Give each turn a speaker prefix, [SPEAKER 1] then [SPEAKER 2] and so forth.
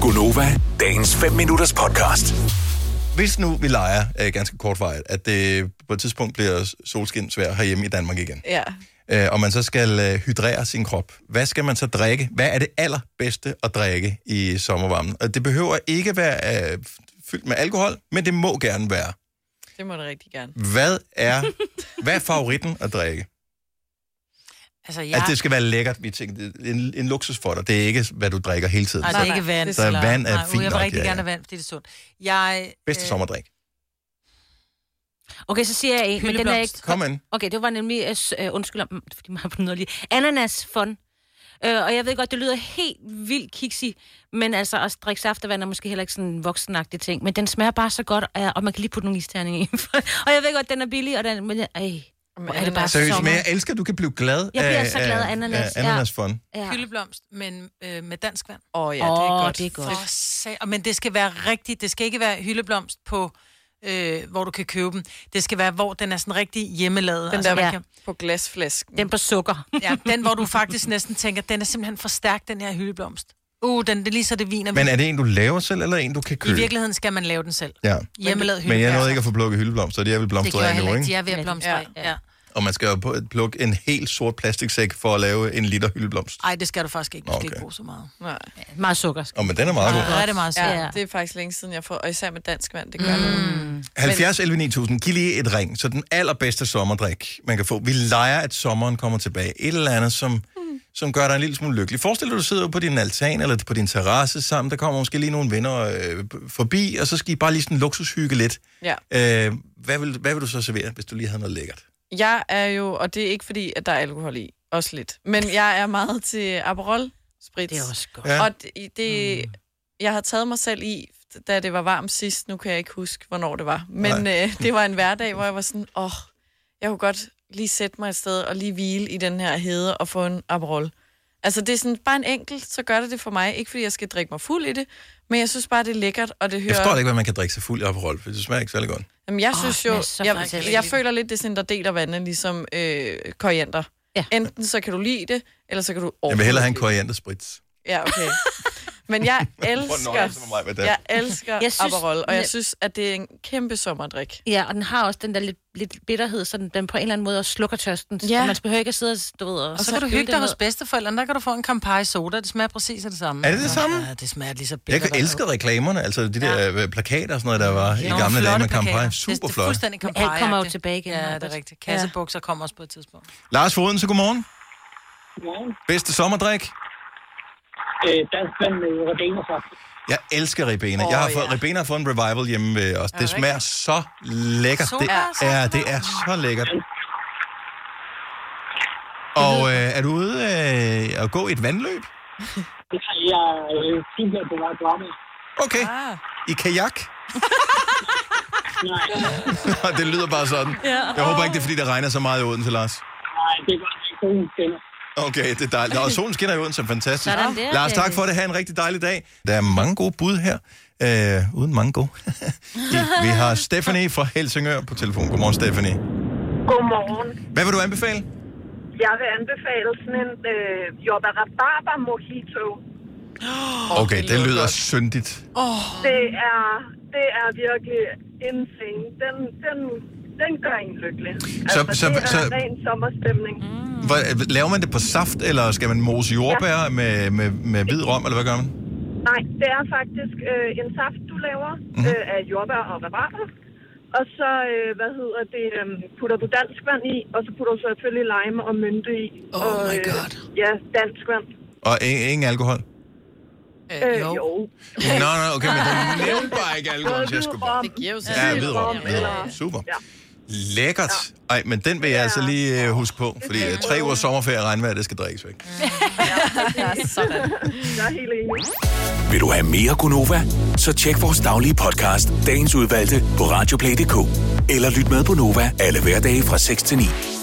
[SPEAKER 1] Gunova, dagens 5 minutters podcast.
[SPEAKER 2] Hvis nu vi leger øh, ganske kortvarigt, at det på et tidspunkt bliver solskinsvær herhjemme i Danmark igen,
[SPEAKER 3] Ja.
[SPEAKER 2] øh, og man så skal øh, hydrere sin krop, hvad skal man så drikke? Hvad er det allerbedste at drikke i sommervarmen? Og det behøver ikke være øh, fyldt med alkohol, men det må gerne være.
[SPEAKER 3] Det må det rigtig gerne.
[SPEAKER 2] Hvad er, hvad er favoritten at drikke?
[SPEAKER 4] Altså, jeg
[SPEAKER 2] Ja. At det skal være lækkert. Vi tænker, det er en, en luksus for dig. Det er ikke, hvad du drikker hele tiden.
[SPEAKER 4] Nej,
[SPEAKER 2] Nej,
[SPEAKER 4] det
[SPEAKER 2] det...
[SPEAKER 4] er Altså, ikke vand.
[SPEAKER 3] Det
[SPEAKER 2] er
[SPEAKER 4] eller-
[SPEAKER 2] vand er
[SPEAKER 4] nej, uh,
[SPEAKER 2] fint
[SPEAKER 4] Jeg vil
[SPEAKER 2] nok,
[SPEAKER 4] rigtig
[SPEAKER 2] ja, ja.
[SPEAKER 4] gerne have vand, fordi det er sundt. Jeg,
[SPEAKER 5] øh,
[SPEAKER 4] øh,
[SPEAKER 2] Bedste sommerdrik.
[SPEAKER 5] Okay, så siger jeg en, men den er ikke...
[SPEAKER 4] Hyldeblomst.
[SPEAKER 2] Kom ind.
[SPEAKER 5] Okay, det var nemlig... øh, s- Øh, undskyld om, fordi man har lige. Ananas fun. Øh, og jeg ved godt, det lyder helt vildt kiksi, men altså at drikke saftevand er måske heller ikke sådan en voksenagtig ting, men den smager bare så godt, og, og man kan lige putte nogle isterninger i. og jeg ved godt, den er billig, og den... Men, jeg- ej, hvor er det bare
[SPEAKER 3] ananas.
[SPEAKER 2] Seriøst,
[SPEAKER 5] sommer.
[SPEAKER 2] men jeg elsker, at du kan blive glad
[SPEAKER 5] Jeg bliver
[SPEAKER 2] af-
[SPEAKER 5] så glad af ananas, ja.
[SPEAKER 2] ananas fun.
[SPEAKER 5] Ja.
[SPEAKER 4] Hyldeblomst, men øh, med dansk vand.
[SPEAKER 3] Åh oh, ja, det er
[SPEAKER 5] Åh,
[SPEAKER 3] godt.
[SPEAKER 5] det er godt.
[SPEAKER 4] For sag... Men det skal være rigtigt. Det skal ikke være hyldeblomst på... Øh, hvor du kan købe den. Det skal være, hvor den er sådan rigtig hjemmelavet. Altså,
[SPEAKER 3] Den der
[SPEAKER 4] man
[SPEAKER 5] ja.
[SPEAKER 4] kan,
[SPEAKER 3] På glasflasken.
[SPEAKER 5] Den på sukker.
[SPEAKER 4] ja, den, hvor du faktisk næsten tænker, den er simpelthen for stærk, den her hyldeblomst. Uh, den, det er lige så det viner.
[SPEAKER 2] Men er det en, du laver selv, eller en, du kan
[SPEAKER 4] I
[SPEAKER 2] købe?
[SPEAKER 4] virkeligheden skal man lave den selv.
[SPEAKER 2] Ja.
[SPEAKER 4] Hjemmelavet
[SPEAKER 2] Men jeg
[SPEAKER 4] hyldeblomst.
[SPEAKER 2] nåede ikke at få plukket hyldeblomster, de er vel
[SPEAKER 4] Det
[SPEAKER 2] blomstret
[SPEAKER 4] gjorde jeg
[SPEAKER 2] af nu,
[SPEAKER 4] heller ikke.
[SPEAKER 2] ikke?
[SPEAKER 4] De er ved at blomstre.
[SPEAKER 3] Ja.
[SPEAKER 4] af. Ja.
[SPEAKER 2] Og man skal jo på- plukke en helt sort plastiksæk for at lave en liter hyldeblomst.
[SPEAKER 4] Ej, det skal du faktisk ikke. Du skal
[SPEAKER 2] Okay.
[SPEAKER 4] okay. ikke bruge så meget.
[SPEAKER 3] Nej.
[SPEAKER 5] Meget sukker.
[SPEAKER 2] Og men den er meget god.
[SPEAKER 4] Ja, det er meget sødt.
[SPEAKER 3] Ja, det er faktisk længe siden, jeg får, og især med dansk vand, det gør mm.
[SPEAKER 2] 70 11 9000, giv lige et ring. Så den allerbedste sommerdrik, man kan få. Vi leger, at sommeren kommer tilbage. Et eller andet, som,
[SPEAKER 4] Hmm.
[SPEAKER 2] mm. som gør dig en lille smule lykkelig. Forestil dig, du sidder på din altan eller på din terrasse sammen. Der kommer måske lige nogle venner øh, forbi, og så skal I bare lige sådan luksushygge lidt.
[SPEAKER 3] Ja.
[SPEAKER 2] Øh, hvad, vil, hvad vil du så servere, hvis du lige havde noget lækkert?
[SPEAKER 3] Jeg er jo, og det er ikke fordi, at der er alkohol i, også lidt, men jeg er meget til Aperol Spritz.
[SPEAKER 5] Det er også godt.
[SPEAKER 2] Ja.
[SPEAKER 3] Og det, det mm. jeg har taget mig selv i, da det var varmt sidst, nu kan jeg ikke huske, hvornår det var, men øh, det var en hverdag, hvor jeg var sådan, åh, oh, jeg kunne godt lige sætte mig et sted og lige hvile i den her hede og få en Aperol. Altså, det er sådan bare en enkelt, så gør det det for mig. Ikke fordi jeg skal drikke mig fuld i det, men jeg synes bare, det er lækkert, og det hører...
[SPEAKER 2] Jeg forstår ikke, hvad man kan drikke sig fuld af Aperol, for det smager ikke særlig godt.
[SPEAKER 3] Jamen, jeg
[SPEAKER 5] Åh,
[SPEAKER 3] synes
[SPEAKER 5] den
[SPEAKER 3] jo,
[SPEAKER 5] er så
[SPEAKER 3] jeg, jeg,
[SPEAKER 5] fantastisk.
[SPEAKER 3] føler lidt, det er sådan, der deler vandet, ligesom øh, koriander.
[SPEAKER 5] Ja.
[SPEAKER 3] Enten så kan du lide det, eller så kan du
[SPEAKER 2] Jeg vil hellere have en
[SPEAKER 3] overhovedet
[SPEAKER 2] koriandersprits.
[SPEAKER 3] ikke. Ja, okay. Men jeg
[SPEAKER 2] Hvor nøjes det med mig med det?
[SPEAKER 3] elsker, jeg elsker jeg
[SPEAKER 5] Jeg synes-
[SPEAKER 3] synes, Aperol, og jeg
[SPEAKER 5] Ja.
[SPEAKER 3] synes, at det er en kæmpe sommerdrik.
[SPEAKER 5] Ja, og den har også den der lidt, lidt bitterhed, så den, den på en eller anden måde også slukker tørsten.
[SPEAKER 3] Ja.
[SPEAKER 5] Ja. Man behøver ikke at sidde og, du ved,
[SPEAKER 4] Og så
[SPEAKER 5] og
[SPEAKER 4] kan du
[SPEAKER 5] øle
[SPEAKER 4] hygge dig
[SPEAKER 5] ned.
[SPEAKER 4] hos bedsteforældrene, der kan du få en Campari soda. Det smager præcis af det samme.
[SPEAKER 2] Er det det samme?
[SPEAKER 4] Ja, det smager lige så
[SPEAKER 2] Jeg
[SPEAKER 4] bittert.
[SPEAKER 2] kan elske reklamerne, altså de der ja. plakater og sådan noget, der var i
[SPEAKER 4] Nogle
[SPEAKER 2] gamle dage
[SPEAKER 4] flotte
[SPEAKER 2] med kampagne.
[SPEAKER 4] plakater. Det,
[SPEAKER 2] Super
[SPEAKER 4] det er
[SPEAKER 2] flot.
[SPEAKER 4] fuldstændig
[SPEAKER 5] alt
[SPEAKER 4] kampagne.
[SPEAKER 5] kommer jo tilbage igen,
[SPEAKER 4] Ja, det
[SPEAKER 5] Albert.
[SPEAKER 4] er rigtigt. Kassebukser kommer også på et tidspunkt.
[SPEAKER 2] Lars Foden, så godmorgen.
[SPEAKER 6] Godmorgen.
[SPEAKER 2] Bedste sommerdrik?
[SPEAKER 6] Øh, dansk vand med ribena saft.
[SPEAKER 2] Jeg elsker ribena.
[SPEAKER 3] Åh,
[SPEAKER 2] jeg har fået,
[SPEAKER 3] ja.
[SPEAKER 2] ribena har fået en revival hjemme ved os. Det smager så lækkert. Det
[SPEAKER 4] Solbær,
[SPEAKER 2] er, det er så lækkert. Og øh, er du ude øh, at gå i et vandløb?
[SPEAKER 6] Jeg er øh, simpelthen på vej på Amager.
[SPEAKER 2] Okay.
[SPEAKER 3] Ah.
[SPEAKER 2] I kajak?
[SPEAKER 6] Nej,
[SPEAKER 2] Og det lyder bare sådan. Jeg håber ikke, det er, fordi det regner så meget i Odense, Lars.
[SPEAKER 6] nej, det er bare en god stemmer.
[SPEAKER 2] Okay, det er dejligt. Og solen skinner i Odense, fantastisk.
[SPEAKER 5] Sådan der,
[SPEAKER 2] Lars, tak
[SPEAKER 5] Dennis.
[SPEAKER 2] for det. Ha' en rigtig dejlig dag. Der er mange gode bud her. Øh, uden mange gode. Vi- Vi har Stephanie fra Helsingør på telefon. Godmorgen, Stephanie.
[SPEAKER 7] Godmorgen.
[SPEAKER 2] Hvad vil du anbefale?
[SPEAKER 7] Jeg vil anbefale sådan en øh, jobba rabarber mojito.
[SPEAKER 2] Okay, det lyder syndigt.
[SPEAKER 7] Det er, det er virkelig insane. Den, den, den gør en lykkelig. Altså,
[SPEAKER 2] så-
[SPEAKER 7] det er
[SPEAKER 2] så- Mm.
[SPEAKER 7] ren sommerstemning.
[SPEAKER 2] Hvor- Laver man det på saft, eller skal man mose jordbær med, med, med hvid rom, eller hvad gør man?
[SPEAKER 7] Nej, det er faktisk øh, en saft, du laver
[SPEAKER 2] Mhm.
[SPEAKER 7] øh, af jordbær og rabarber. Og så, øh, hvad hedder det, øh, putter du dansk vand i, og så putter du selvfølgelig lime og mynte i.
[SPEAKER 4] Oh
[SPEAKER 7] og,
[SPEAKER 4] my
[SPEAKER 7] øh,
[SPEAKER 4] God.
[SPEAKER 7] Ja, dansk vand.
[SPEAKER 2] Og i- ingen alkohol?
[SPEAKER 4] Øh,
[SPEAKER 7] Øh, jo.
[SPEAKER 4] jo.
[SPEAKER 7] jo.
[SPEAKER 2] Nå, nå, okay, men du nævnte bare ikke alkohol, så jeg skulle bare...
[SPEAKER 3] Det giver jo sig
[SPEAKER 2] Ja,
[SPEAKER 3] selv.
[SPEAKER 2] hvid rom. Hvid rom. Super.
[SPEAKER 7] Ja.
[SPEAKER 2] Lækkert. Ej, men den vil jeg altså lige øh, huske på, fordi øh, tre uger sommerferie og regnvejr, det skal drikkes væk.
[SPEAKER 3] Ja, sådan.
[SPEAKER 7] Jeg er helt enig.
[SPEAKER 1] Vil du have mere Gunova? Så tjek vores daglige podcast, dagens udvalgte, på radioplay.dk. Eller lyt med på Nova alle hverdage fra 6 til 9.